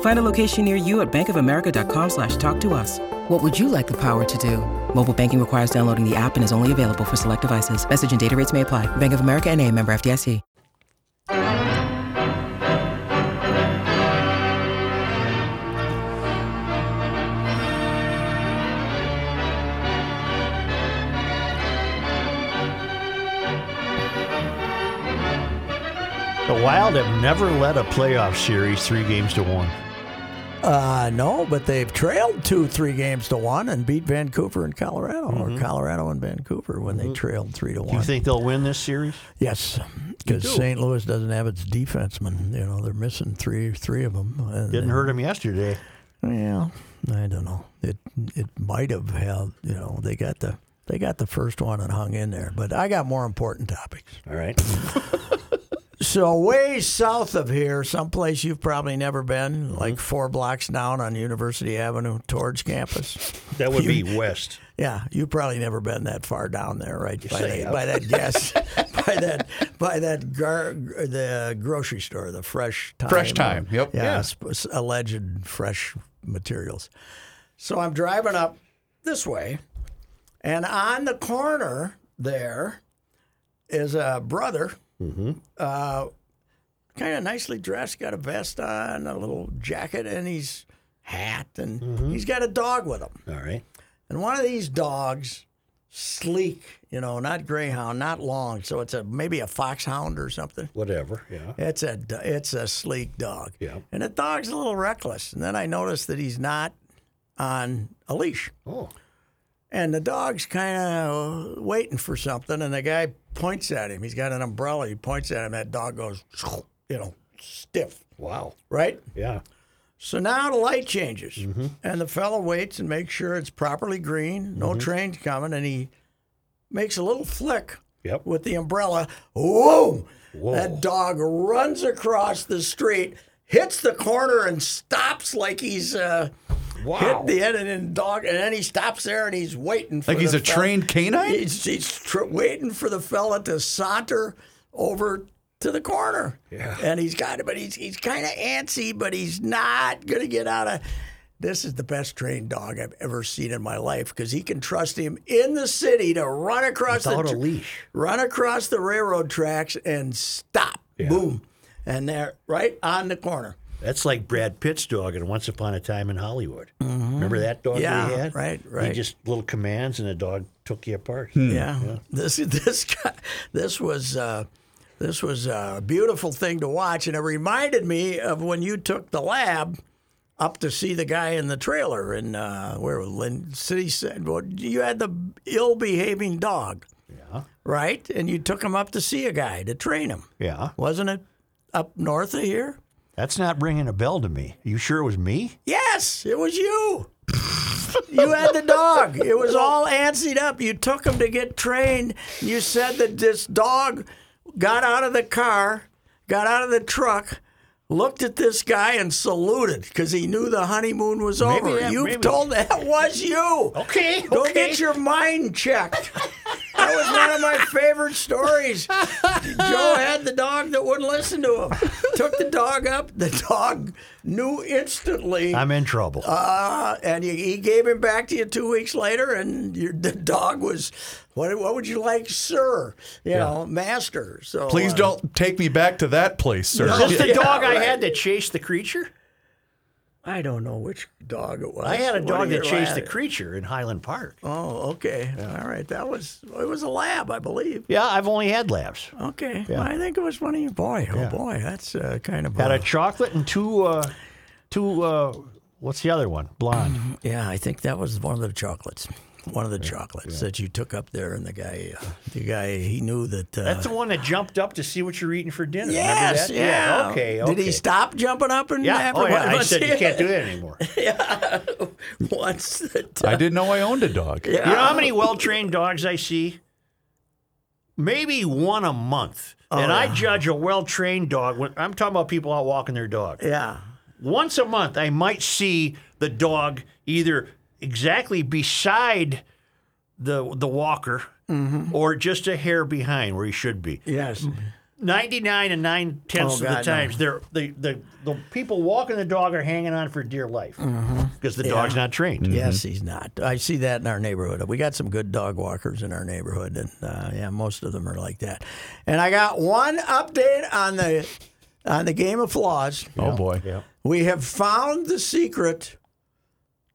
Find a location near you at bankofamerica.com slash talk to us. What would you like the power to do? Mobile banking requires downloading the app and is only available for select devices. Message and data rates may apply. Bank of America and a member FDIC. The Wild have never led a playoff series three games to one. Uh, no, but they've trailed two, three games to one and beat Vancouver and Colorado, or Colorado and Vancouver when they trailed three to Mm-hmm. Do you one. think they'll win this series? yes, because St. Louis doesn't have its defensemen. You know they're missing three, three of them. And Didn't hurt them yesterday. Yeah, I don't know. It it might have had. You know they got the they got the first one and hung in there. But I got more important topics. All right. So way south of here, someplace you've probably never been, like Mm-hmm. four blocks down on University Avenue towards campus. That would be West. Yeah, you've probably never been that far down there, right? by, I that, have. by that gas, by that by that gar, the grocery store, the fresh time, Fresh Time, yep. yeah, Yeah. sp- alleged fresh materials. So I'm driving up this way, and on the corner there is a brother, Mm-hmm. uh, kind of nicely dressed, got a vest on, a little jacket, and he's hat, and Mm-hmm. he's got a dog with him. All right. And one of these dogs, sleek, you know, not greyhound, not long, so it's a maybe a foxhound or something. Whatever. Yeah. It's a d- it's a sleek dog. Yeah. And the dog's a little reckless. And then I noticed that he's not on a leash. Oh. And the dog's kind of waiting for something, and the guy points at him. He's got an umbrella. He points at him. That dog goes, you know, stiff, Wow. right? Yeah. So now the light changes, and the fellow waits and makes sure it's properly green, no trains coming, and he makes a little flick Yep. with the umbrella. Whoa! Whoa. That dog runs across the street, hits the corner, and stops like he's uh, Wow. hit the end, and then dog, and then he stops there and he's waiting. for Like he's the a fella- trained canine? He's, he's tr- waiting for the fella to saunter over to the corner. Yeah. And he's got it, but he's he's kind of antsy, but he's not gonna get out of. This is the best trained dog I've ever seen in my life because he can trust him in the city to run across Without the a tr- leash. run across the railroad tracks and stop. Boom, and they're right on the corner. That's like Brad Pitt's dog in Once Upon a Time in Hollywood. Remember that dog Yeah, we had? right, He right. just little commands and the dog took you apart. Yeah. This this guy, this was uh, this was a beautiful thing to watch, and it reminded me of when you took the lab up to see the guy in the trailer in uh, where Lynn City said, "Well, you had the ill-behaving dog, Yeah. right?" And you took him up to see a guy to train him, Yeah. wasn't it? Up north of here. That's not ringing a bell to me. You sure it was me? Yes, it was you. you had the dog. It was all antsied up. You took him to get trained. You said that this dog got out of the car, got out of the truck, looked at this guy and saluted because he knew the honeymoon was Maybe over. that- you maybe- told that was you. Okay. Go get your mind checked. That was one of my favorite stories. Joe had the dog that wouldn't listen to him. Took the dog up. The dog knew instantly, I'm in trouble. uh, and he, he gave him back to you two weeks later. And your, the dog was, what, what would you like, sir? You know, master. So Please uh, don't take me back to that place, sir. Is this the yeah, dog I right. had that chased the creature? I don't know which dog it was. I had a What dog year that chased lab- the creature in Highland Park. Oh, okay. All right. That was it was a lab, I believe. Yeah, I've only had labs. Okay. Well, I think it was one of your boy. Oh boy, that's uh, kind of Had uh, a chocolate and two, uh, two. Uh, what's the other one? Blonde. Yeah, I think that was one of the chocolates. One of the chocolates that you took up there, and the guy, uh, the guy, he knew that. Uh, That's the one that jumped up to see what you're eating for dinner. Remember yes, that? yeah. Okay, okay. Did he stop jumping up and Yeah. after Oh, yeah. one- I once said he- you can't do that anymore. once the I didn't know I owned a dog. yeah. You know how many well trained dogs I see? Maybe one a month. and I judge a well trained dog when I'm talking about people out walking their dog. yeah. Once a month, I might see the dog either exactly beside the the walker Mm-hmm. or just a hair behind where he should be. Yes. Mm-hmm. 99 and 9 tenths Oh, of the God, no. times, they're, the, the, the people walking the dog are hanging on for dear life because Mm-hmm. the dog's not trained. Yes, he's not. I see that in our neighborhood. We got some good dog walkers in our neighborhood, and uh, yeah, most of them are like that. And I got one update on the on the game of flaws. Oh boy. We have found the secret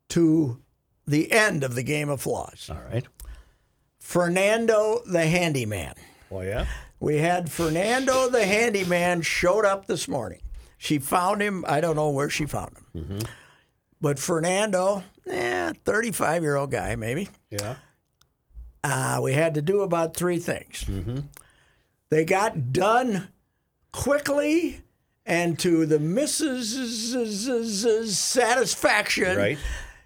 to the end of the game of flaws. All right. Fernando the handyman. Oh, yeah. We had Fernando the handyman showed up this morning. She found him. I don't know where she found him. Mm-hmm. But Fernando, eh, 35 year old guy, maybe. Yeah. Uh, we had to do about three things. Mm-hmm. They got done quickly and to the missus's satisfaction. Right.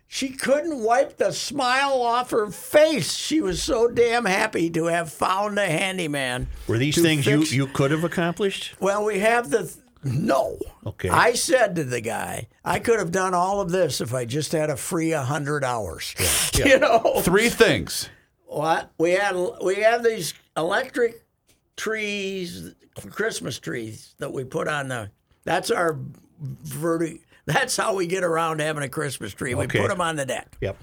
She couldn't wipe the smile off her face. She was so damn happy to have found a handyman. Were these to things fix- you, you could have accomplished? Well, we have the. th- no. Okay. I said to the guy, I could have done all of this if I just had a free 100 hours. you know? Three things. What we had, we have these electric trees, Christmas trees that we put on the. That's our verti. That's how we get around having a Christmas tree. We Okay. put them on the deck, Yep.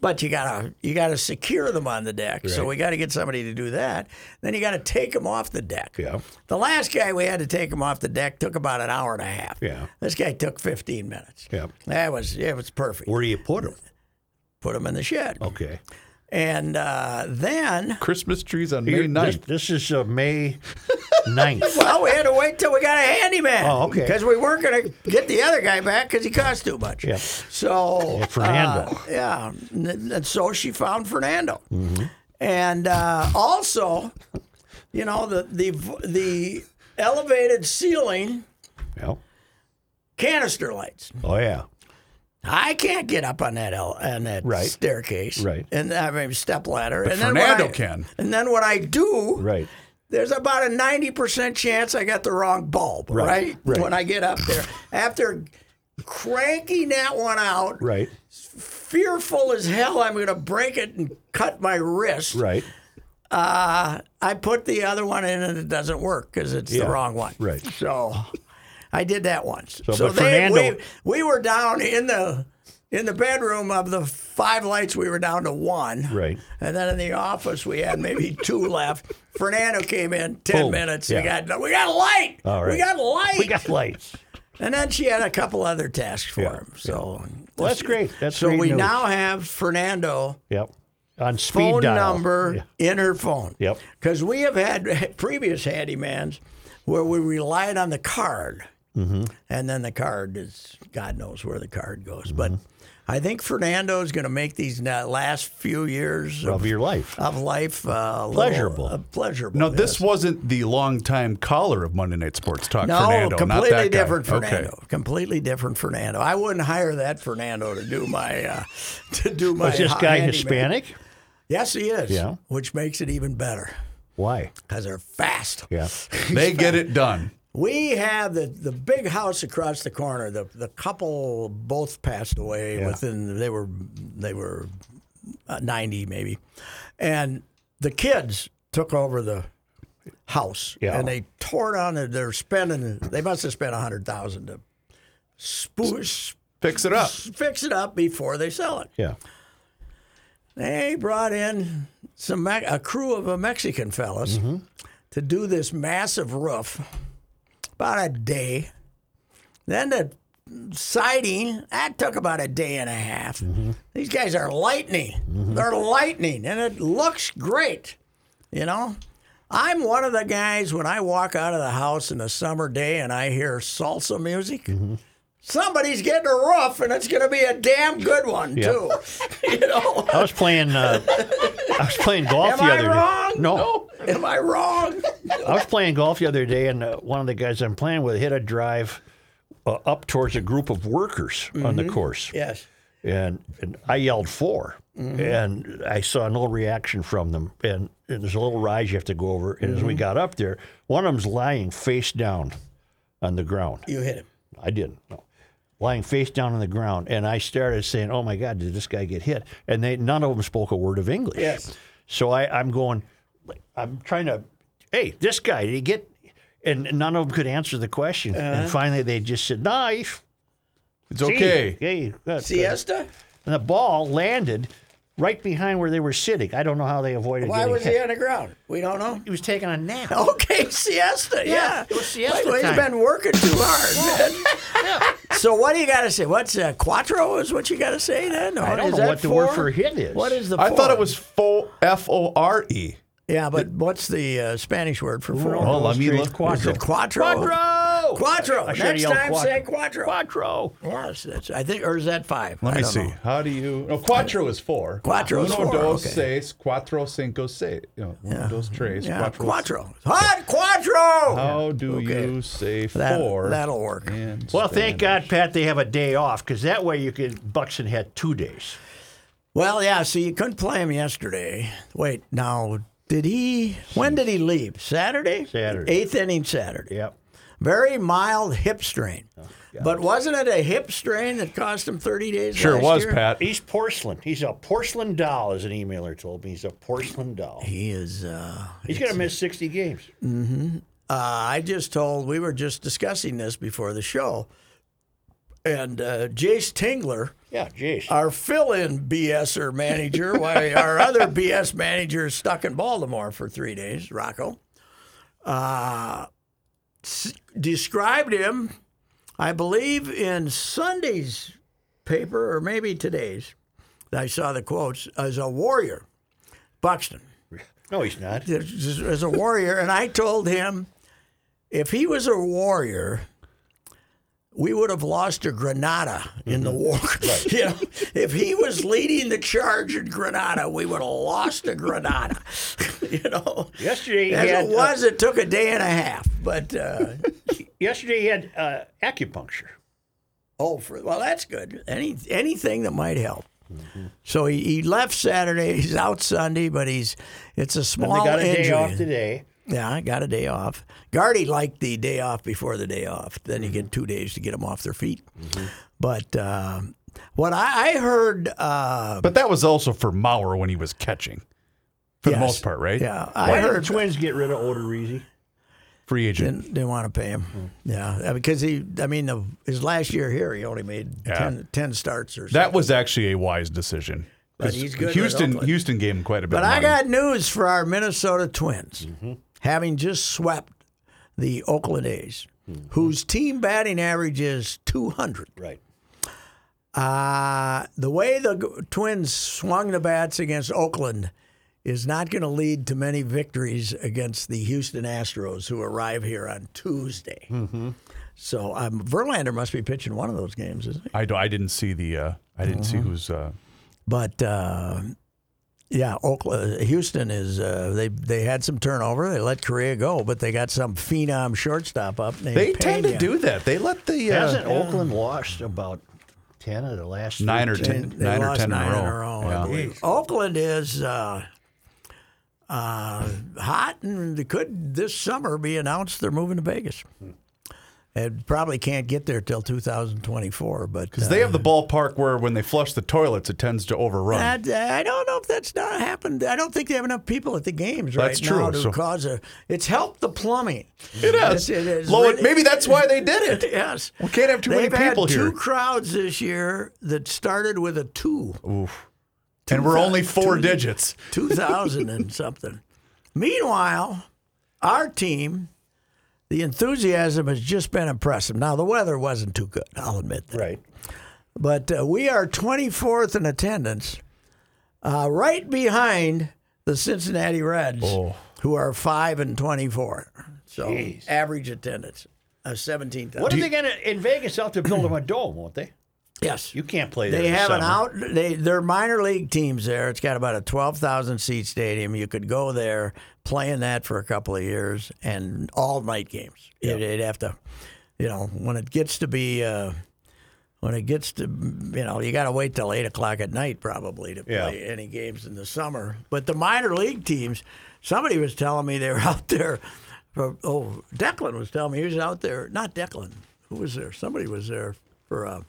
but you gotta you gotta secure them on the deck. So Right. we got to get somebody to do that. Then you got to take them off the deck. Yeah. The last guy we had to take him off the deck took about an hour and a half. Yeah. This guy took fifteen minutes. Yeah. That was it was perfect. Where do you put them? Put him in the shed, Okay. and uh, then. Christmas trees on Here- May this, 9th. this is uh, May 9th. Well, we had to wait till we got a handyman. Oh, okay. Because we weren't going to get the other guy back because he cost too much. Yeah. So Yeah, Fernando. uh, yeah, and, and so she found Fernando, Mm-hmm. and uh, also, you know, the the the elevated ceiling Yeah. canister lights. Oh, yeah. I can't get up on that ele- on that Right. staircase. Right. And I mean step ladder. and then when Fernando I- can. And then what I do Right. there's about a 90% chance I got the wrong bulb, right? right. When I get up there. After cranking that one out, Right. fearful as hell I'm going to break it and cut my wrist, Right. I put the other one in and it doesn't work because it's Yeah, the wrong one. right. So I did that once. So, but they, Fernando- we, we were down in the in the bedroom of the five lights, we were down to one. Right. And then in the office, we had maybe two left. Fernando came in ten Boom. minutes. We Yeah. got we got a light. All right. We got a light. We got lights. and then she had a couple other tasks for Yeah, him. So Well, that's great. That's so great we news. now have Fernando Yep. On speed phone dial. number Yeah. in her phone. Yep. Because we have had previous handymans where we relied on the card, Mm-hmm. and then the card is God knows where the card goes. Mm-hmm. But I think Fernando is going to make these na- last few years Of of, your life. of life uh, a little, Pleasurable. uh, pleasurable. No, yes. this wasn't the longtime caller of Monday Night Sports Talk, No, Fernando. completely not that guy. different Fernando. Okay. Completely different Fernando. I wouldn't hire that Fernando to do my uh, to do my. Was this guy handyman. Hispanic? Yes, he is. Yeah. which makes it even better Why? because they're fast. Yeah. They get it done. We have the, the big house across the corner. The the couple both passed away within they were they were uh, ninety maybe, and the kids took over the house Yeah. and they tore down. their- They're spending. They must have spent a hundred thousand to spoo- Fix it up. fix it up before they sell it. Yeah. They brought in some Me- a crew of a Mexican fellas to do this massive roof, about a day. Then to siding. That took about a day and a half. These guys are lightning. They're lightning, and it looks great. You know, I'm one of the guys when I walk out of the house in a summer day and I hear salsa music. Somebody's getting a roof, and it's going to be a damn good one too. you know, I was playing. Uh, I was playing golf Am the I other wrong? day. No, am I wrong? I was playing golf the other day, and uh, one of the guys I'm playing with hit a drive uh, up towards a group of workers on Mm-hmm. the course, yes. and, and I yelled 4 Mm-hmm. and I saw no reaction from them. And, and there's a little rise you have to go over. And as Mm-hmm. we got up there, one of them's lying face down on the ground. You hit him. I didn't. No. Lying face down on the ground, and I started saying, "Oh my God, did this guy get hit?" And they none of them spoke a word of English. Yes. So I, I'm going, like, I'm trying to, hey, this guy, did he get? And none of them could answer the question. Uh-huh. And finally, they just said, "Knife." It's okay. Hey, good, good." Siesta? And the ball landed right behind where they were sitting. I don't know how they avoided. Why getting was hit. he Oh, on the ground? We don't know. He was taking a nap. Okay, siesta. Yeah, it was siesta Well, time. He's been working too hard. man. so what do you got to say? What's uh, quattro? Is what you got to say then? Or I don't is know that what the word four? for hit is. What is the? I thought four? it was fo- F O R E. Yeah, but what's the uh, Spanish word for four? Oh, let me look. Is it quattro? Quattro. Quattro. I should've Next yelled time, quattro. say quattro. Quattro. Yes, that's, I think, or is that five? Let I me don't see. know. How do you? No, cuatro is four. Cuatro is Uno, four, dos, okay. seis. Cuatro, cinco, seis. You know, uno, dos, tres. Yeah, cuatro. quattro. Hot quattro. How do Okay. you say That- four? that'll work. in Well, thank God, Spanish? Pat, they have a day off because that way you could. Buxton had two days. Well, yeah. So you couldn't play him yesterday. Wait, now did he? When did he leave? Saturday. Saturday. Eighth inning Saturday. Yep. Very mild hip strain. Oh, but wasn't it a hip strain that cost him 30 days? Sure last was, year? Uh, Pat. He's porcelain. He's a porcelain doll, as an emailer told me. He's a porcelain doll. He is. Uh, He's going to miss 60 games. uh, I just told we were just discussing this before the show, and uh, Jace Tingler. Yeah, jeez. our fill-in BSer manager, why our other BS manager is stuck in Baltimore for three days, Rocco, uh, s- described him, I believe, in Sunday's paper or maybe today's. I saw the quotes as a warrior, Buxton no, he's not. as as a warrior, and I told him if he was a warrior, we would have lost to Granada in Mm-hmm. the war. You know, if he was leading the charge in Granada, we would have lost to Granada. you know, Yesterday he as had, it uh, was, it took a day and a half. But uh, Yesterday he had uh, acupuncture. oh, for, well, that's good. Any anything that might help. Mm-hmm. So he, he left Saturday. He's out Sunday, but he's it's a And small they got a injury. day off today. Yeah, I got a day off. Guardy liked the day off before the day off. Then you Mm-hmm. get two days to get them off their feet. But um what I, I heard, uh, But that was also for Maurer when he was catching, for Yes. the most part, right? yeah, Why I did the heard Twins get rid of Odorizzi? Free agent. didn't, didn't want to pay Hmm. him. Yeah, uh, because he, I mean, the, his last year here, he only made Yeah. ten ten 10, starts or something. That was actually a wise decision. But 'Cause he's good with Houston, Oakland. Houston gave him quite a bit. But of I money. Mm-hmm. got news for our Minnesota Twins, having just swept the Oakland A's, Mm-hmm. whose team batting average is 200. Right. Uh, the way the g- Twins swung the bats against Oakland is not going to lead to many victories against the Houston Astros, who arrive here on Tuesday. Mm-hmm. So um, Verlander must be pitching one of those games, isn't he? I, do, I didn't see the. Uh, I didn't Uh-huh. see who's. Uh, But uh, yeah, Oakland, Houston is uh, they they had some turnover. They let Korea go, but they got some phenom shortstop up. Named they tend to Peña. do that. They let the uh, Hasn't Oakland lost about 10 of the last nine or 13? ten, They nine or lost ten nine in a row. I Yeah. believe. Oakland is uh, uh, hot, and they could this summer be announced they're moving to Vegas. Hmm. And probably can't get there till 2024, but uh, Because they have the ballpark where when they flush the toilets, it tends to overrun. that, I don't know if that's not happened. I don't think they have enough people at the games That's right now true, to so- cause a. It's helped the plumbing. it is. It is Low, really- maybe that's why they did it. Yes, We can't have too many They've had people here. Two crowds this year that started with a two. and we're only four digits. 2000 and something. Meanwhile, our team the enthusiasm has just been impressive. Now, the weather wasn't too good, I'll admit that. Right. But uh, we are 24th in attendance, uh, right behind the Cincinnati Reds, who are 5 and 24. So, average attendance of 17,000. What are they going to in Vegas? They'll have to build them a dome, won't they? Yes. You can't play there. They in the have an summer. out. They they're minor league teams there. It's got about a twelve thousand seat stadium. You could go there, play in that for a couple of years, and all night games. It, would have to, you know, when it gets to be, uh, when it gets to, you know, you got to wait till eight o'clock at night probably to Yeah. play any games in the summer. But the minor league teams, somebody was telling me they were out there. For, oh, Declan was telling me he was out there. Not Declan. Who was there? Somebody was there for. Uh,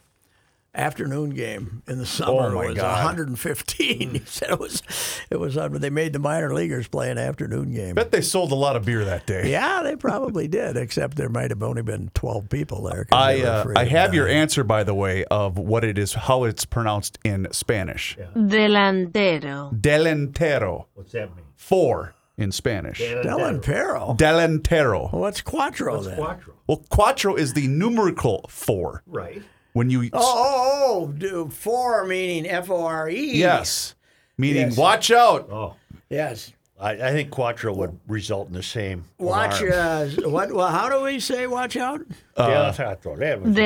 afternoon game in the summer Oh, my was God. 115. He said it was, it was. un- They made the minor leaguers play an afternoon game. Bet they sold a lot of beer that day. yeah, they probably did. Except there might have only been 12 people there. 'cause I they were uh, afraid I of have your dying. answer by the way of what it is how it's pronounced in Spanish. Delantero. Delantero. What's that mean? Four in Spanish. Dylan Perro. Delantero. What's Quattro then? Quattro. Well, cuatro is the numerical four. Right. When you Oh, oh, oh, do four meaning F O R E. yes, meaning Yes. watch out. Oh, Yes. I, I think Quattro would result in the same. Watch. alarm. Uh, what? Well, how do we say watch out? Uh, Delantero. There we go.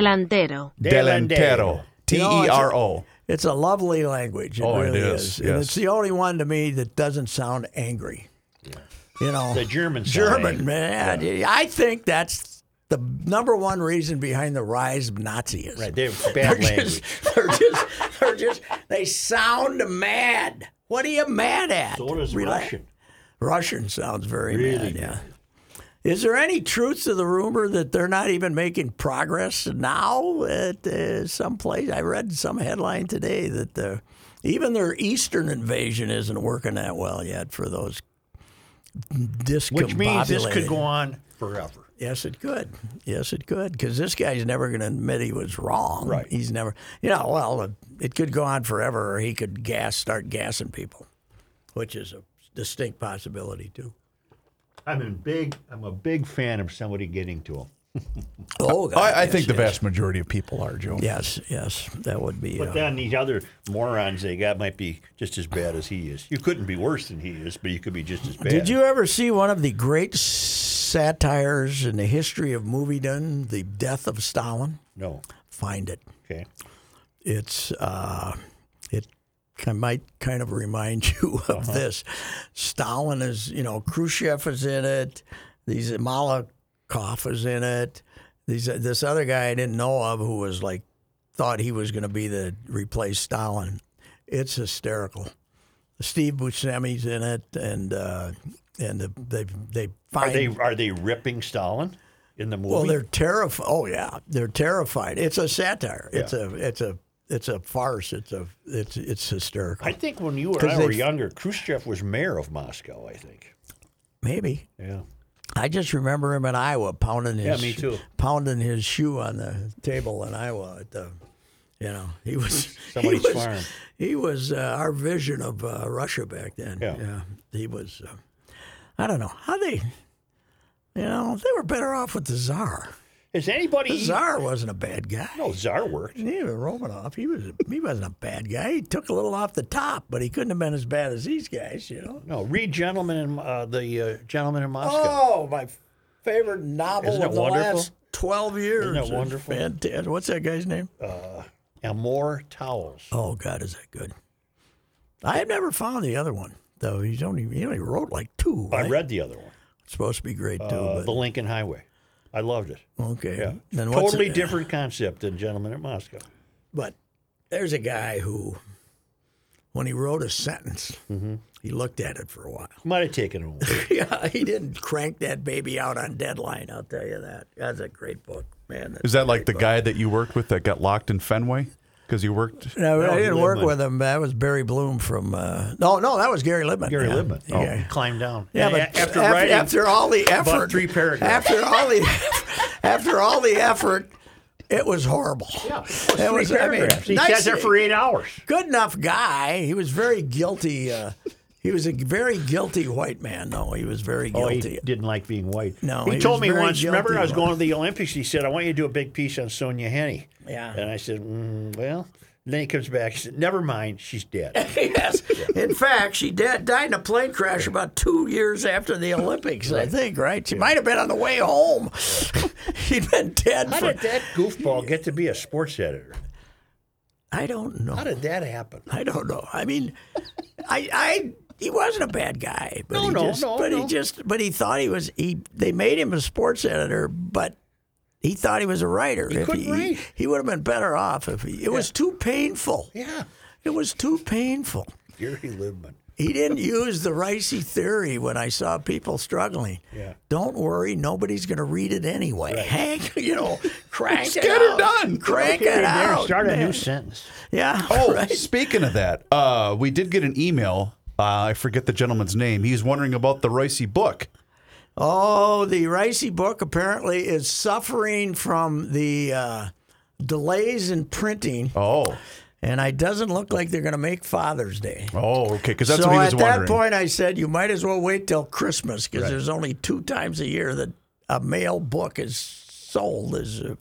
Delantero. Delantero. T You know, E it's- R O. It's a lovely language. It Oh, it really is, And yes. it's the only one to me that doesn't sound angry. You know, The German sound German angry. man. I think that's the number one reason behind the rise of Nazism. Right. They're bad They're language. just, they're just, they're just, they sound mad. What are you mad at? so does Relax. Russian. Russian sounds very Really mad. Yeah. Is there any truth to the rumor that they're not even making progress now at uh, some place? I read some headline today that the, even their eastern invasion isn't working that well yet for those discombobulated. Which means this could go on forever. Yes, it could. Yes, it could. Because this guy's never going to admit he was wrong. Right. He's never. You know. Well, it could go on forever, or he could gas start gassing people, which is a distinct possibility too. I'm in big. I'm a big fan of somebody getting to him. Oh, God, I, I yes, think the yes. vast majority of people are Joe. Yes, yes, that would be. But uh, then these other morons they got might be just as bad as he is. You couldn't be worse than he is, but you could be just as bad. did you ever see one of the great satires in the history of moviedom, "The Death of Stalin"? No. Find it. Okay. It's uh, it ki- might kind of remind you of Uh-huh. this. Stalin is, you know, Khrushchev is in it. These Malakoff is in it. These uh, this other guy I didn't know of who was like thought he was going to be the replace Stalin. It's hysterical. Steve Buscemi's in it, and uh, and the, they they Are find they are they ripping Stalin in the movie? well, they're terrified. Oh yeah, they're terrified. It's a satire. It's a it's a it's a farce. It's a it's it's hysterical. I think when you and 'Cause I were they've- younger, Khrushchev was mayor of Moscow. I think. Maybe Yeah. I just remember him in Iowa pounding his Yeah, me too. pounding his shoe on the table in Iowa at the. You know, he was Somebody's he was, farm. He was uh, our vision of uh, Russia back then. Yeah. he was. Uh, I don't know how they, you know, they were better off with the czar. Is anybody? The czar wasn't a bad guy. No, Tsar worked. Yeah, Romanoff, he was he wasn't a bad guy. He took a little off the top, but he couldn't have been as bad as these guys, you know. No, read gentleman in uh, the uh, gentleman in Moscow. Oh, my favorite novel Isn't it of the wonderful? last twelve years. Isn't it It's wonderful? Uh, fantastic. What's that guy's name? And more towels. Oh God, is that good? I have never found the other one though. He's only he only wrote like two. I right? read the other one, it's supposed to be great too. uh, but the Lincoln Highway. I loved it. okay, Yeah, Then what's totally it- different concept than Gentleman at Moscow. But there's a guy who, when he wrote a sentence, Mm-hmm. he looked at it for a while. Might have taken him. away. yeah, he didn't crank that baby out on deadline. I'll tell you that. That's a great book, man. Is that like the guy that you worked with that got locked in Fenway because you worked? No, No, I didn't Libman. work with him. That was Barry Bloom from. Uh, no, no, that was Gary Libman. Gary yeah. Libman. Oh, Yeah. climbed down. Yeah, And but a- after, after, all the effort, three paragraphs. After all the, after all the effort, it was horrible. yeah, It three was- I mean, paragraphs. he nice- sat there for eight hours. good enough guy. He was very guilty. Uh, He was a very guilty white man, though. He was very Oh, he guilty. didn't like being white. No, he, he told was me very once. Remember, guilty I was of going to the Olympics. He said, "I want you to do a big piece on Sonia Henney." Yeah. and I said, mm, "Well." And then he comes back. He said, "Never mind, she's dead." yes. In fact, she did, died in a plane crash about two years after the Olympics, I think, right? She might have been on the way home. She'd been dead How for. did that goofball get to be a sports editor? I don't know. How did that happen? I don't know. I mean, I, I, he wasn't a bad guy. But No, he no, just, no, But no. he just, but he thought he was. He they made him a sports editor, but he thought he was a writer. He couldn't he, write. He would have been better off if he. It was too painful. Yeah, It was too painful. Gary Libman. He didn't use the Ricey theory when I saw people struggling. Yeah. Don't worry, nobody's going to read it anyway. Hank, you know, crank it get it out. done. Crank Here it and there, out. Start a new sentence. Yeah. Oh, right. speaking of that, uh, we did get an email. Uh, I forget the gentleman's name. He's wondering about the Ricey book. Oh, the Ricey book apparently is suffering from the uh, delays in printing, Oh, and it doesn't look like they're going to make Father's Day. oh, okay, because that's so what he was at wondering. that point, I said you might as well wait till Christmas because there's only two times a year that a mail book is sold is uh,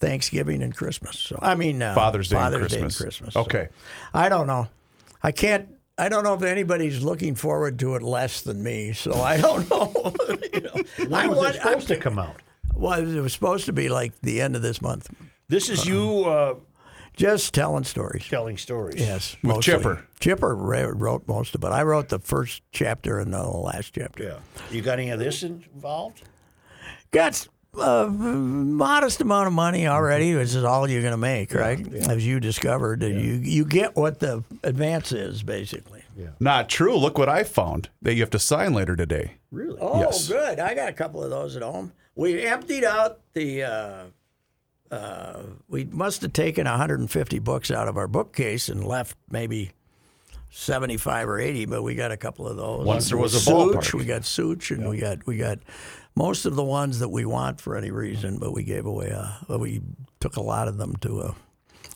Thanksgiving and Christmas. So I mean uh, Father's Day Father's and Christmas. Day and Christmas. So Okay. I don't know. I can't. I don't know if anybody's looking forward to it less than me. So I don't know. You know, I When was want- it supposed to come out? well, it was supposed to be like the end of this month. This is you uh, Just telling stories. telling stories. Yes. With mostly. Chipper. Chipper ra- wrote most of it. I wrote the first chapter and the last chapter. Yeah. You got any of this involved? Got a modest amount of money already, Mm-hmm. which is all you're going to make, right? As you discovered, and you you get what the advance is basically. Not true. Look what I found that you have to sign later today. Really? Oh, Yes. good. I got a couple of those at home. We emptied out the. Uh, uh, we must have taken 150 books out of our bookcase and left maybe 75 or 80, but we got a couple of those. Once there was a Such, ballpark. We got Such, and we got we got most of the ones that we want for any reason, but we gave away. Uh, we took a lot of them to. A,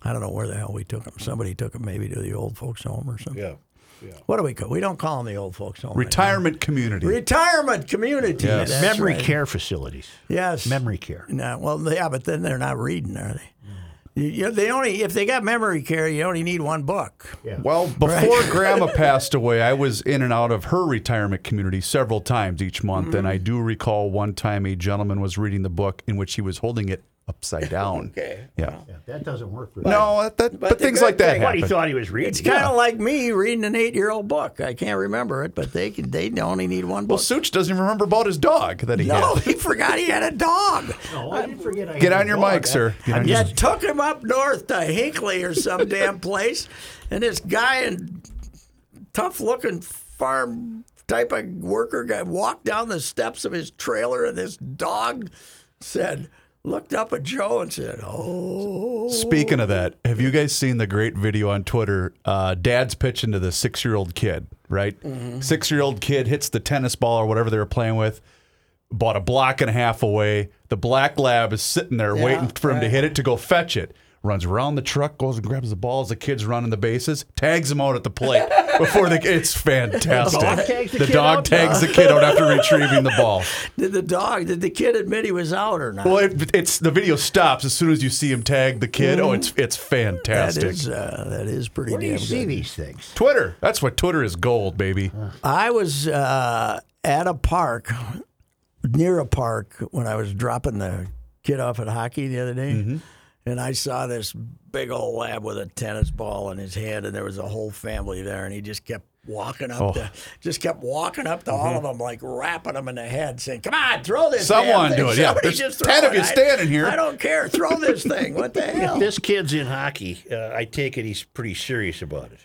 I don't know where the hell we took them. Somebody took them maybe to the old folks' home or something. Yeah. What do we call? We don't call them the old folks' home. anymore. Retirement community. Retirement community. That's Memory right. care facilities. Yes. Memory care. No, well, yeah, but then they're not reading, are they? You, you, they only if they got memory care, you only need one book. Well, before Grandma passed away, I was in and out of her retirement community several times each month, and Mm. I do recall one time a gentleman was reading the book in which he was holding it upside down. okay. Yeah. Yeah, that doesn't work. With No, that, that- but, the things good like that thing- What he happen. thought he was reading. It's kind of like me reading an eight-year-old book. I can't remember it, but they can. They only need one well, book. Such doesn't even remember about his dog that he no, had. he forgot he had a dog. No, I didn't forget. I Get had on your a dog. mic, sir. Get on your Yeah, mic. took him up north to Hinkley or some damn place, and this guy and tough-looking farm type of worker guy walked down the steps of his trailer, and this dog said, looked up at Joe and said, "Oh, Speaking of that, have you guys seen the great video on Twitter? Uh, dad's pitching to the six year old kid, right? Six year old kid hits the tennis ball or whatever they were playing with, about a block and a half away. The black lab is sitting there waiting for him to hit it to go fetch it. Runs around the truck, goes and grabs the ball as the kid's running the bases, tags him out at the plate before the it's fantastic. dog tags the kid dog out? tags the kid out after retrieving the ball. did the dog? Did the kid admit he was out or not?" Well, it, it's the video stops as soon as you see him tag the kid. Oh, it's it's that fantastic. is uh, that is pretty Where do damn you good. see these things? Twitter. That's what Twitter is gold, baby. I was uh, at a park, near a park, when I was dropping the kid off at hockey the other day. Mm-hmm. And I saw this big old lab with a tennis ball in his hand, and there was a whole family there, and he just kept walking Oh. up to, just kept walking up to Mm-hmm. all of them, like rapping them in the head, saying, "Come on, throw this! damn Someone thing. do it, yeah. Somebody There's just 10 throw of it. you I- standing here." I don't care. Throw this thing. What the hell?" This kid's in hockey. Uh, I take it he's pretty serious about it.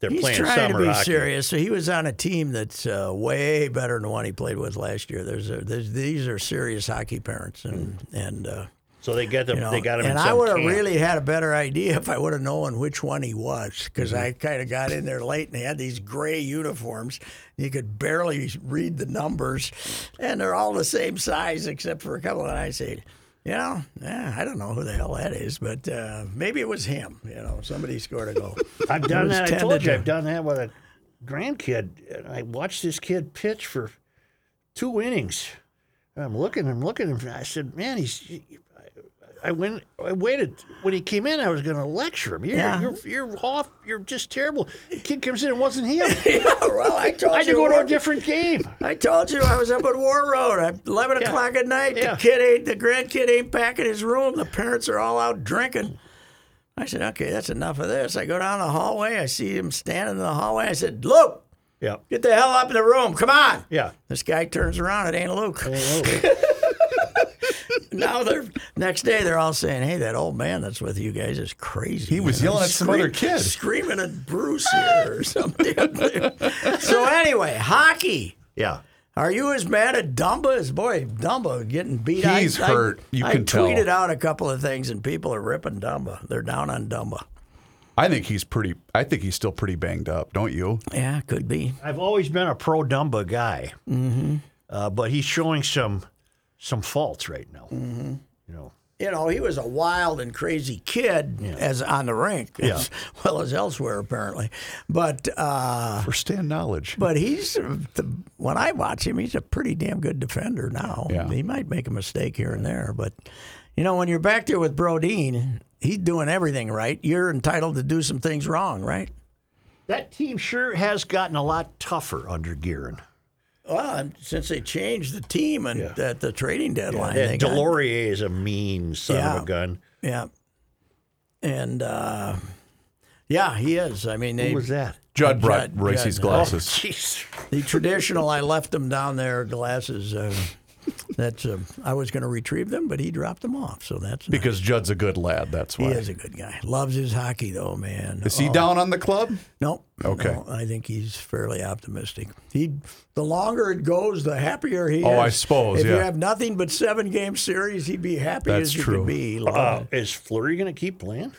They're He's playing trying summer to be hockey. serious. So he was on a team that's uh, way better than the one he played with last year. There's, a, there's these are serious hockey parents, and and uh, So they get them. you know, they got him. and in I some would have camp. really had a better idea if I would have known which one he was, because Mm-hmm. I kind of got in there late, and they had these gray uniforms. You could barely read the numbers, and they're all the same size except for a couple. And I said. You know, yeah, I don't know who the hell that is, but uh, maybe it was him. You know, somebody scored a goal. I've It done was that. I tended told you to- I've done that with a grandkid, and I watched this kid pitch for two innings. And I'm looking, I'm looking, and I said, "Man, he's." he- I went. I waited when he came in. I was going to lecture him. You're, Yeah. you're, you're off. You're just terrible. Kid comes in. It wasn't him. well, I told I had you. to go to a Warren- different game. I told you I was up at War Road at 11 o'clock at night. Yeah. The kid ain't, the grandkid ain't back in his room. The parents are all out drinking. I said, okay, that's enough of this. I go down the hallway. I see him standing in the hallway. I said, Luke, Yeah. get the hell up in the room. Come on. Yeah. This guy turns around. It ain't Luke. now they're next day. They're all saying, "Hey, that old man that's with you guys is crazy." He was You know, yelling at some scream- other kid. screaming at Bruce here or something. so anyway, hockey. Yeah. Are you as mad at Dumba as boy Dumba getting beat? I- He's I, hurt. You I can tell. tweeted out a couple of things, and people are ripping Dumba. They're down on Dumba. I think he's pretty. I think he's still pretty banged up. Don't you? Yeah, could be. I've always been a pro Dumba guy, mm-hmm. uh, but he's showing some some faults right now. Mm-hmm. You know, you know, he was a wild and crazy kid as on the rink, as well as elsewhere apparently. But uh, For stand knowledge. but he's the, when I watch him, he's a pretty damn good defender now. Yeah. He might make a mistake here and there, but you know, when you're back there with Brodeen, he's doing everything right. You're entitled to do some things wrong, right? that team sure has gotten a lot tougher under Gearin. Well, and since they changed the team and at the trading deadline, Yeah, they got- Delorier is a mean son of Yeah. a gun. yeah, and uh, yeah, he is. I mean, they Who was that? Judd brought Judd, Oh, Royce's Judd. glasses. Oh, Jeez. The traditional, I left them down there, glasses. Uh, that's uh, I was going to retrieve them, but he dropped them off. So that's nice. Because Judd's a good lad. That's he why. is a good guy. Loves his hockey though, man. Oh, Is he down on the club? Nope. Okay. No, I think he's fairly optimistic. He, the longer it goes, the happier he is. Oh, I suppose, If you yeah. have nothing but seven game series, he'd be happy That's as you true. could be. He loved Uh, it. is Fleury going to keep playing?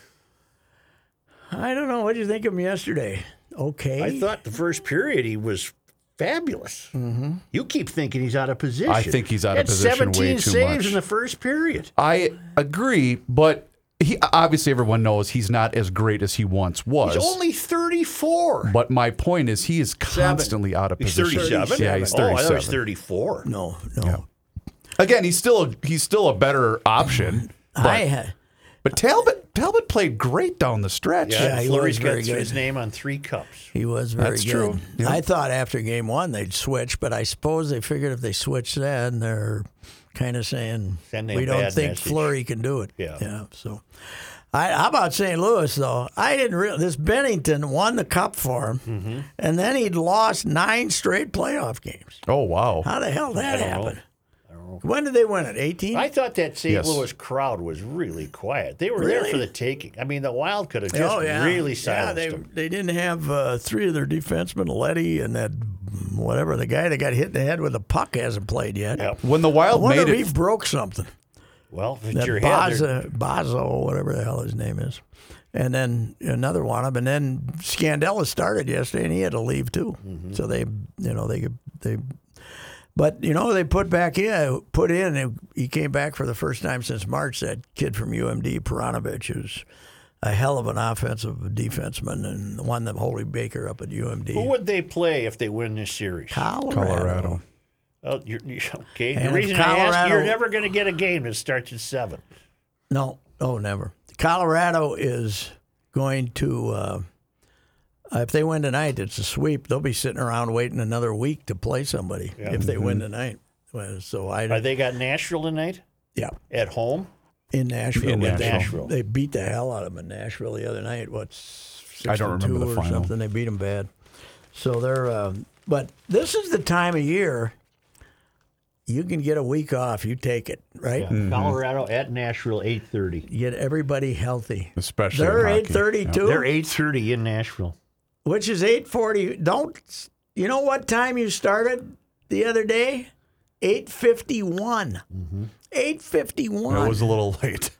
I don't know. What did you think of him yesterday? Okay. I thought the first period he was fabulous. You keep thinking he's out of position. I think he's out He had of position way 17 too saves much. in the first period. I agree, but he obviously everyone knows he's not as great as he once was. He's only 34. but my point is, he is constantly out of He's position. 37. Yeah, he's Oh, I thirty-seven. thought he was 34. no, no. Again, he's still a, he's still a better option. I But, had. but Talbot Talbot played great down the stretch. Yeah, Yeah, he Fleury's was got very good. his name on three cups. He was very That's good. true. Yeah. I thought after game one they'd switch, but I suppose they figured if they switched then they're kind of saying Sending a we don't bad think message." Flurry can do it. Yeah. Yeah. So I how about St. Louis though? I didn't real this Bennington won the cup for him Mm-hmm. and then he'd lost nine straight playoff games. Oh wow. How the hell that don't know. happened? When did they win it? Eighteen? I thought that St. Yes. Louis crowd was really quiet. They were there Really? Oh, for the taking. I mean, the Wild could have just really yeah, silenced they, them. they didn't have uh, three of their defensemen, Letty and that whatever the guy that got hit in the head with a puck hasn't played yet. Yeah. When the I Wild wonder made if it, he broke something. Well, if it's That your head, they're- Baza, Bazo, whatever the hell his name is. And then another one of 'em. and then Scandella started yesterday, and he had to leave too. Mm-hmm. So they, you know, they they, but you know, they put back in, put in, and he came back for the first time since March. That kid from UMD, Peranovich, who's a hell of an offensive defenseman, and the one that Holy Baker up at UMD, who would they play if they win this series? Colorado. Well, you're, you okay. And the if reason I ask, you're Colorado- never going to get a game that starts at seven. No, oh, never. Colorado is going to, uh, if they win tonight, it's a sweep. They'll be sitting around waiting another week to play somebody if they win Mm-hmm. tonight. Well, So I, Are they got Nashville tonight yeah, at home? in Nashville. In but they- Nashville. They beat the hell out of them in Nashville the other night. What's I don't remember the or final. something? They beat them bad. So they're, uh, but this is the time of year you can get a week off. You take it, right? Yeah. Colorado at Nashville, eight thirty. You get everybody healthy. Especially in They're hockey. eight thirty-two. They're eight thirty in Nashville. which is 8:40. Don't you know what time you started the other day? 8:51. 8:51. It Mm-hmm. was a little late.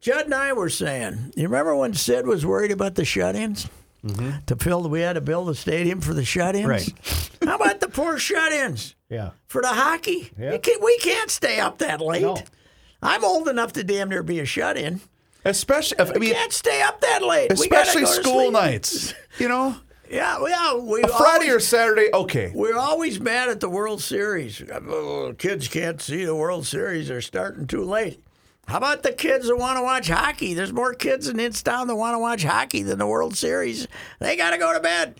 Judd and I were saying, you remember when Sid was worried about the shut-ins? Mm-hmm. To fill, we had to build a stadium for the shut-ins. Right. How about the poor shut-ins Yeah. for the hockey? Yeah. You can't- we can't stay up that late. No. I'm old enough to damn near be a shut-in. Especially, if, I We mean, can't stay up that late. We gotta especially go to school sleep. nights. You know, Yeah, well, yeah. We A Friday always- or Saturday, okay. We're always mad at the World Series. Oh, kids can't see the World Series. They're starting too late. How about the kids that want to watch hockey? There's more kids in this town that want to watch hockey than the World Series. They got to go to bed.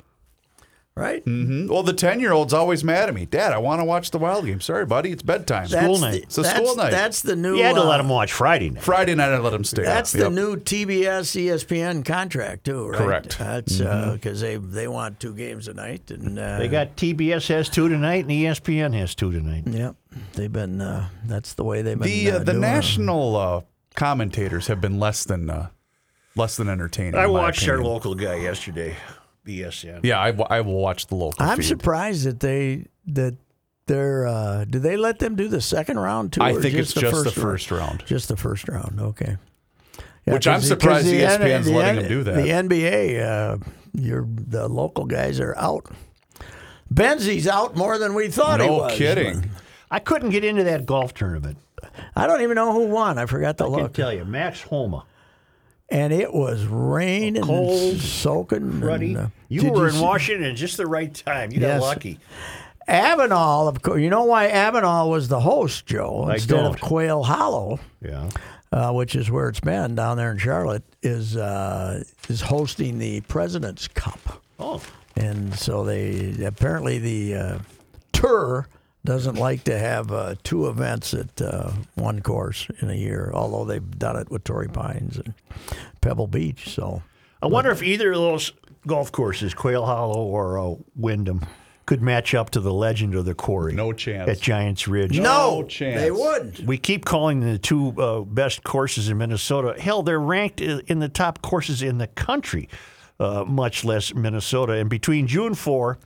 Right? Mhm. Well, the 10 year old's always mad at me. Dad, I want to watch the Wild game. Sorry, buddy, it's bedtime. That's night. The, It's a that's, school night. That's the new. You had to uh, let them watch Friday night. Friday night, I let him stay. up. That's the Yep. new TBS ESPN contract too, right? Correct. Mm-hmm. That's because they they want two games a night, and uh, They got TBS has two tonight and E ESPN has two tonight. Yeah, they've been. Uh, that's the way they've been. The, uh, uh, the doing it. national uh, commentators have been less than uh, less than entertaining. I in my watched our opinion. local guy yesterday, BSN. Yeah, I, w- I will watch the local. I'm feed. surprised that they that they're uh, do they let them do the second round too? I or think it's just the round? first round. Just the first round. Okay. Yeah, Which I'm 'cause- surprised E 'cause the N- ESPN's the letting N- them do that. The NBA, uh, your the local guys are out. Benzi's out more than we thought he No was. kidding. I couldn't get into that golf tournament. I don't even know who won. I forgot to I can look. tell you, Max Homa. And it was raining, Cold, and soaking. Ruddy, and, uh, you did were in see- Washington at just the right time. You Yes. got lucky. Avenal, of course. You know why Avenal was the host, Joe, I instead don't. of Quail Hollow, Yeah. uh, which is where it's been down there in Charlotte, is uh, is hosting the President's Cup, Oh, and so they apparently the uh, tour doesn't like to have uh, two events at uh, one course in a year, although they've done it with Torrey Pines and Pebble Beach. So I wonder if either of those golf courses, Quail Hollow or uh, Wyndham, could match up to the legend of the quarry. No chance. At Giants Ridge. No chance. they wouldn't. We keep calling the two uh, best courses in Minnesota. Hell, they're ranked i- in the top courses in the country, uh, much less Minnesota. And between June 4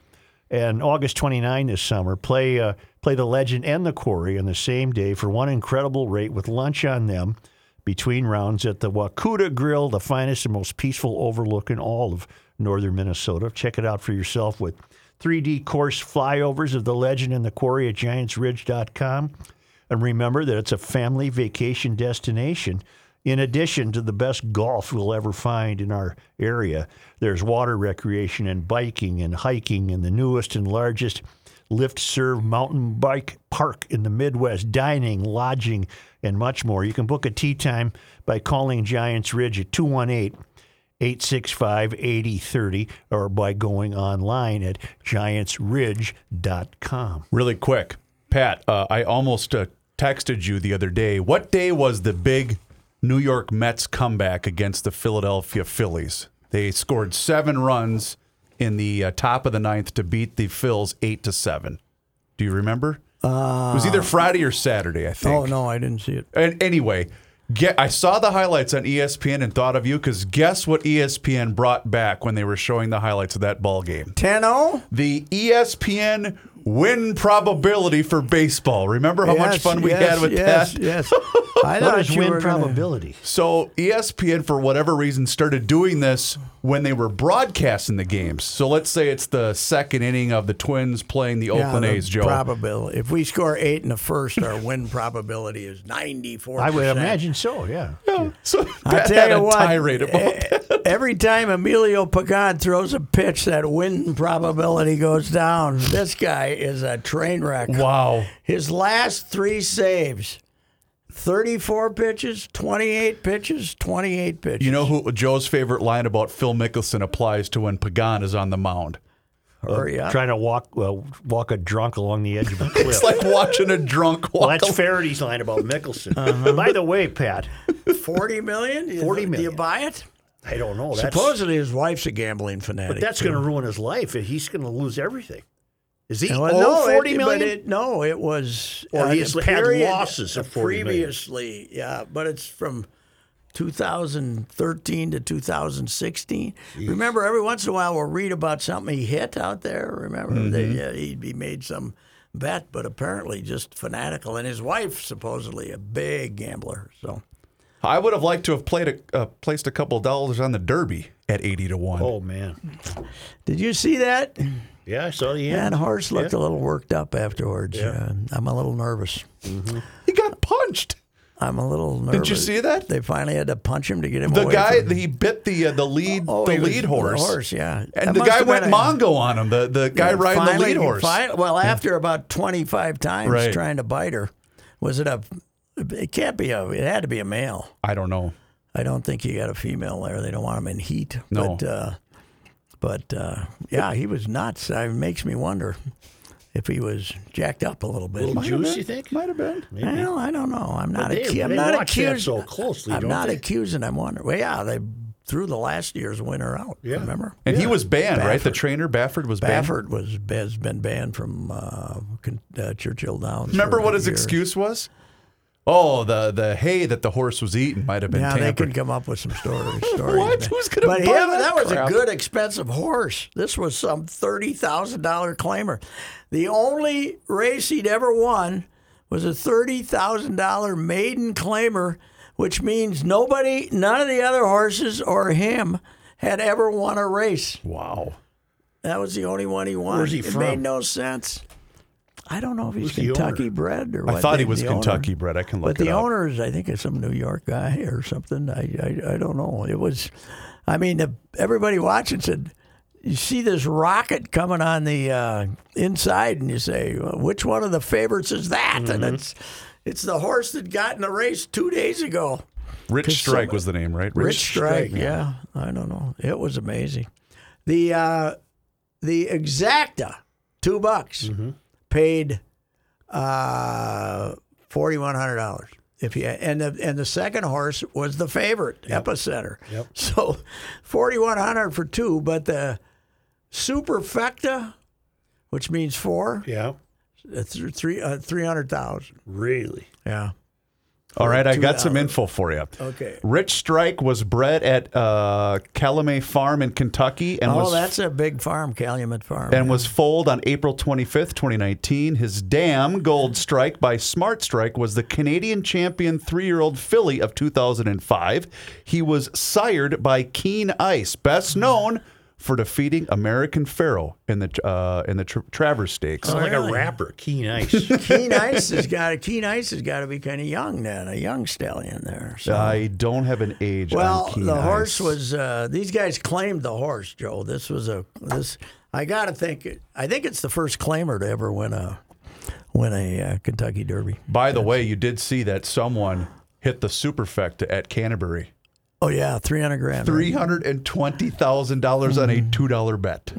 and August 29 this summer, play uh, play the Legend and the Quarry on the same day for one incredible rate with lunch on them between rounds at the Wakuta Grill, the finest and most peaceful overlook in all of northern Minnesota. Check it out for yourself with 3D course flyovers of the Legend and the Quarry at GiantsRidge.com. And remember that it's a family vacation destination. In addition to the best golf we'll ever find in our area, there's water recreation and biking and hiking and the newest and largest lift serve mountain bike park in the Midwest, dining, lodging, and much more. You can book a tea time by calling Giants Ridge at 218 865 8030 or by going online at giantsridge.com. Really quick, Pat, uh, I almost uh, texted you the other day. What day was the big New York Mets comeback against the Philadelphia Phillies? They scored seven runs in the uh, top of the ninth to beat the Phils eight to seven. Do you remember? it was either Friday or Saturday, I think. Uh, Oh no, I didn't see it. And anyway, get, I saw the highlights on E ESPN and thought of you because guess what E ESPN brought back when they were showing the highlights of that ball game? 10-0? The E ESPN win probability for baseball. Remember how much Yes, fun we yes, had with yes, that? Yes, What I thought is you win were gonna- probability? So E ESPN, for whatever reason, started doing this when they were broadcasting the games. So let's say it's the second inning of the Twins playing the Yeah, Oakland the A's, Joe. Probability. If we score eight in the first, our win probability is ninety-four. I would imagine so, yeah. Yeah. So I Pat tell had you a what. tirade about e- Every time Emilio Pagan throws a pitch, that win probability goes down. This guy is a train wreck. Wow. His last three saves: thirty-four pitches, twenty-eight pitches, twenty-eight pitches. You know who Joe's favorite line about Phil Mickelson applies to when Pagan is on the mound. Hurry up. Trying to walk uh, walk a drunk along the edge of a cliff. It's like watching a drunk well, walk. that's Faraday's line about Mickelson. Uh-huh. By the way, Pat, Forty million. Do you- 40 Do you million. buy it? I don't Oh, know. That's, Supposedly, his wife's a gambling fanatic. but that's going to ruin his life. He's going to lose everything. Is he No, owe no, it- forty but million? it- no, it was. Or uh, he has the had period losses of 40 million. Previously, yeah, but it's from 2013 to 2016. Remember, every once in a while we'll read about something he hit out there. Remember, They- Mm-hmm. yeah, he'd be made some bet, but apparently just fanatical. And his wife, supposedly, a big gambler. So I would have liked to have played a, uh, placed a couple dollars on the Derby at eighty to one. oh man, did you see that? yeah, I saw the Yeah, end. and horse looked a little worked up afterwards. Yeah. I'm a little nervous. He got punched. I'm a little nervous. Did you see that? They finally had to punch him to get him The away guy from- he bit the uh, the lead Oh, the he was- lead horse. horse, yeah. And That the must guy have went been a- mongo on him. The the guy Yeah, riding the finally- lead horse. fin- well, after about 25 times Right. trying to bite her, was it a? It can't be a. It had to be a male. I don't know. I don't think you got a female there. They don't want them in heat. No. But, uh, but uh, yeah, he was nuts. It makes me wonder if he was jacked up a little bit. Little juice, you think? Might have been. Well, I don't know. I'm not. they- accu- I'm they not watch that accused. so closely, I'm don't not they? accusing. I'm wondering. Well, yeah, they threw the last year's winner out. Yeah. Remember? And he was banned, right? The Baffert. trainer Bafford was banned. Baffert was has been banned from uh, Con- uh, Churchill Downs. Remember for what his years. excuse was? Oh, the the hay that the horse was eating might have been Yeah, they tampered. can come up with some stories. stories What? man. Who's gonna But buy yeah, that that was crap? a good expensive horse. This was some thirty thousand dollar claimer. The only race he'd ever won was a thirty thousand dollar maiden claimer, which means nobody, none of the other horses or him had ever won a race. wow. That was the only one he won. Where's he it from? made no sense. I don't know if he's Who's the owner? Kentucky bred or what. I thought The- he was the owner- Kentucky bred. I can look but the it up. owner is, I think, is some New York guy or something. I, I, I don't know. It was, I mean, the, everybody watching said, you see this rocket coming on the uh, inside, and you say, "Well, which one of the favorites is that? And Mm-hmm. it's, it's the horse that got in the race two days ago. Rich Strike was the name, right? Rich Strike, yeah. I don't know. It was amazing. The uh, the exacta, two bucks, paid uh, forty one hundred dollars. If you and the and the second horse was the favorite epicenter. Yep. So forty one hundred for two, but the superfecta, which means four, Yeah, uh, th- three uh, three hundred thousand. really. Yeah. Oh, All right, I got some info for you. Okay. Rich Strike was bred at uh, Calumet Farm in Kentucky and oh, was that's a big farm, Calumet Farm. and was foaled on April 25th, 2019. His dam Gold Strike by Smart Strike was the Canadian champion three-year-old filly of 2005. He was sired by Keen Ice, best known for defeating American Pharaoh in the uh, in the tra- Travers Stakes. Sounds like a rapper, Keen Ice. Keen Ice has got to Keen Ice has got to be kind of young then, a young stallion there. So. I don't have an age. well, on Keen the Ice. horse was uh, these guys claimed the horse, Joe. This was a this. I got to think. it- I think it's the first claimer to ever win a win a uh, Kentucky Derby. By the way, you did see that someone hit the superfecta at Canterbury. Oh yeah, three hundred Mm-hmm. grand. right? Three hundred and twenty thousand dollars on a two dollar bet.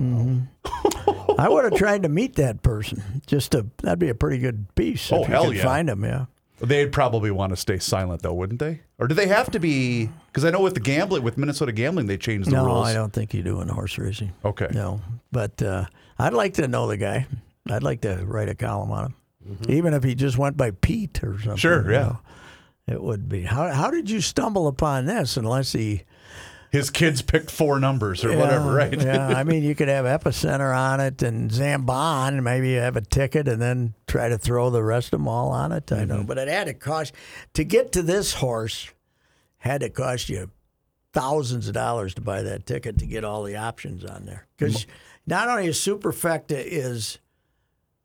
I would have tried to meet that person. Just to that'd be a pretty good piece. Oh, if hell you could yeah. Find him, yeah. They'd probably want to stay silent though, wouldn't they? Or do they have to be? Because I know with the gambling, with Minnesota gambling, they changed the no, rules. I don't think you do in horse racing. Okay. No, but uh, I'd like to know the guy. I'd like to write a column on him, even if he just went by Pete or something. Sure, you yeah. know. it would be. How how did you stumble upon this? Unless he His kids picked four numbers or whatever, Yeah, right? yeah, I mean, you could have epicenter on it and Zambon, and maybe you have a ticket, and then try to throw the rest of them all on it. I Mm-hmm. know, but it had to cost to get to this horse. Had to cost you thousands of dollars to buy that ticket to get all the options on there. Mm-hmm. Because not only a superfecta is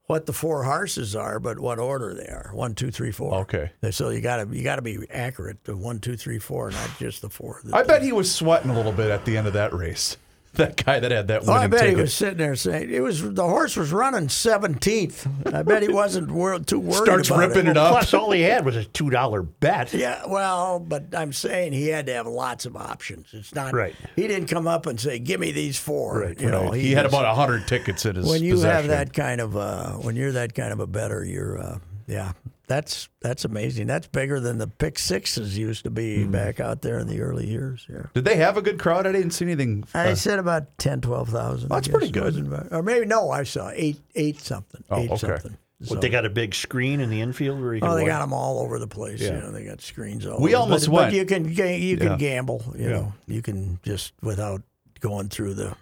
what the four horses are, but what order they are. One, two, three, four. Okay. So you gotta you gotta be accurate to one, two, three, four, not just the four. I bet he was sweating a little bit at the end of that race. That guy that had that Oh, winning I bet ticket. he was sitting there saying it was the horse was running seventeenth. I bet he wasn't wor- too worried Starts about ripping it it. up. Plus, all he had was a two dollar bet. Yeah, well, but I'm saying he had to have lots of options. It's not Right. He didn't come up and say, "Give me these four. you know, he, had was- about hundred tickets in his. when you possession. have that kind of uh, when you're that kind of a better, you're uh, yeah. That's that's amazing. That's bigger than the pick sixes used to be Mm-hmm. back out there in the early years. Yeah. Did they have a good crowd? I didn't see anything. I uh, said about 10, 12,000. I That's guess. pretty good. Wasn't bad. Or maybe, no, I saw eight, eight something. Oh, eight okay. something. What, they got a big screen in the infield where you can Oh, they watch- got them all over the place. Yeah. You know, they got screens all. We over. almost but, went. But you can ga- you Yeah. can gamble. You know, you can just without going through the.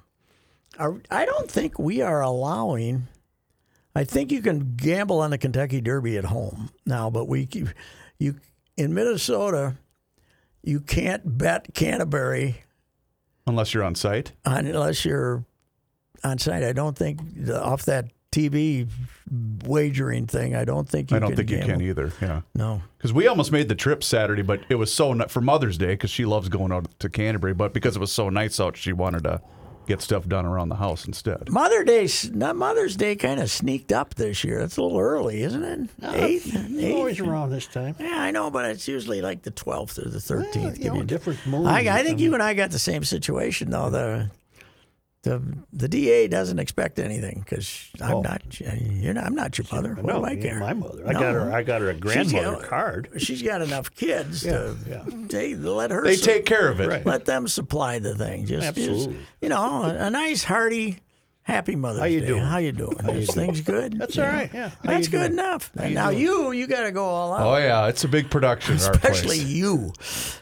Are, I don't think we are allowing. I think you can gamble on the Kentucky Derby at home now, but we keep, you in Minnesota, you can't bet Canterbury unless you're on site. unless you're on site. I don't think the, off that TV wagering thing, I don't think you I don't can think you gamble. can e- either. Yeah. No. Because we almost made the trip Saturday, but it was so ni- for Mother's Day because she loves going out to Canterbury, but because it was so nice out, she wanted to get stuff done around the house instead. Mother Day, not Mother's Day, kind of sneaked up this year. It's a little early, isn't it? It's Eighth, eighth. always around this time. Yeah, I know, but it's usually like the twelfth or the thirteenth. You know, different mood. I, I think you and I got the same situation though. The the the DA doesn't expect anything because I'm not you're not I'm not your mother. What no, do I you ain't care? my mother. I got her. I got her a She's grandmother got- card. She's got enough kids to they let her. They su- take care of it. Right. let them supply the thing. Just, just, Absolutely. you know, a, a nice hearty. Happy Mother's you Day. doing? How you doing? Is things good? That's You all know? right, yeah. How you That's good doing? enough. now you, you got to go all out. Oh yeah, it's a big production. at our place. Especially you,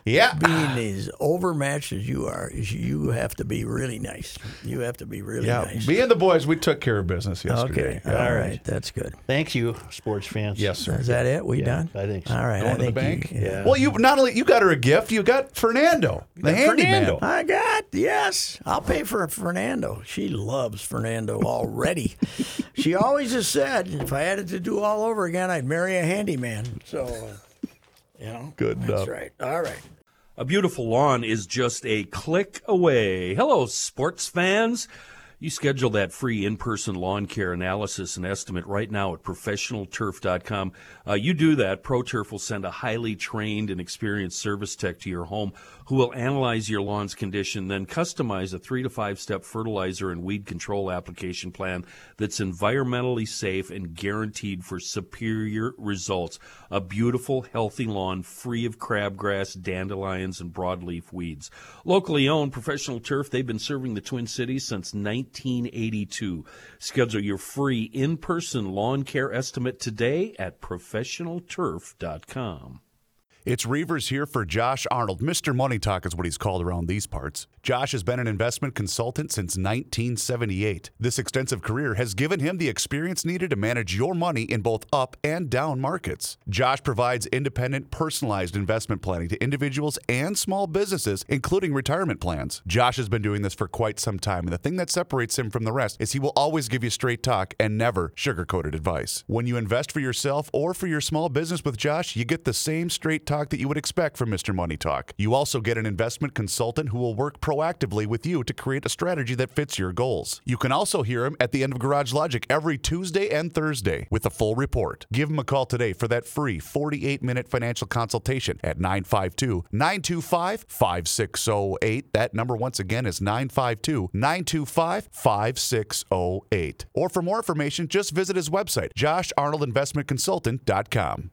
yeah. being as overmatched as you are, is you have to be really nice. You have to be really Yeah, nice. me and the boys, we took care of business yesterday. okay, all right. that's good. Thank you, sports fans. Yes, sir. Is that it? We done? I think so. All right, I Going to the think you- bank. yeah. Well, you not only you got her a gift, you got Fernando, the handyman. Fernando. I got yes. I'll pay for Fernando. She loves Fernando already. she always has said, if I had it to do all over again, I'd marry a handyman. So, uh, you know, Good That's enough. right. All right. A beautiful lawn is just a click away. Hello, sports fans. You schedule that free in-person lawn care analysis and estimate right now at professionalturf.com. Uh, you do that, ProTurf will send a highly trained and experienced service tech to your home who will analyze your lawn's condition, then customize a three to five step fertilizer and weed control application plan that's environmentally safe and guaranteed for superior results. A beautiful, healthy lawn free of crabgrass, dandelions, and broadleaf weeds. Locally owned professional turf, they've been serving the Twin Cities since 1982. Schedule your free in person lawn care estimate today at professionalturf.com. It's Reavers here for Josh Arnold. Mr. Money Talk is what he's called around these parts. Josh has been an investment consultant since 1978. This extensive career has given him the experience needed to manage your money in both up and down markets. Josh provides independent, personalized investment planning to individuals and small businesses, including retirement plans. Josh has been doing this for quite some time, and the thing that separates him from the rest is he will always give you straight talk and never sugarcoated advice. When you invest for yourself or for your small business with Josh, you get the same straight talk that you would expect from Mr. Money Talk. You also get an investment consultant who will work proactively with you to create a strategy that fits your goals. You can also hear him at the end of Garage Logic every Tuesday and Thursday with a full report. Give him a call today for that free 48 minute financial consultation at 952 925 5608. That number, once again, is 952 925 5608. Or for more information, just visit his website, josharnoldinvestmentconsultant.com.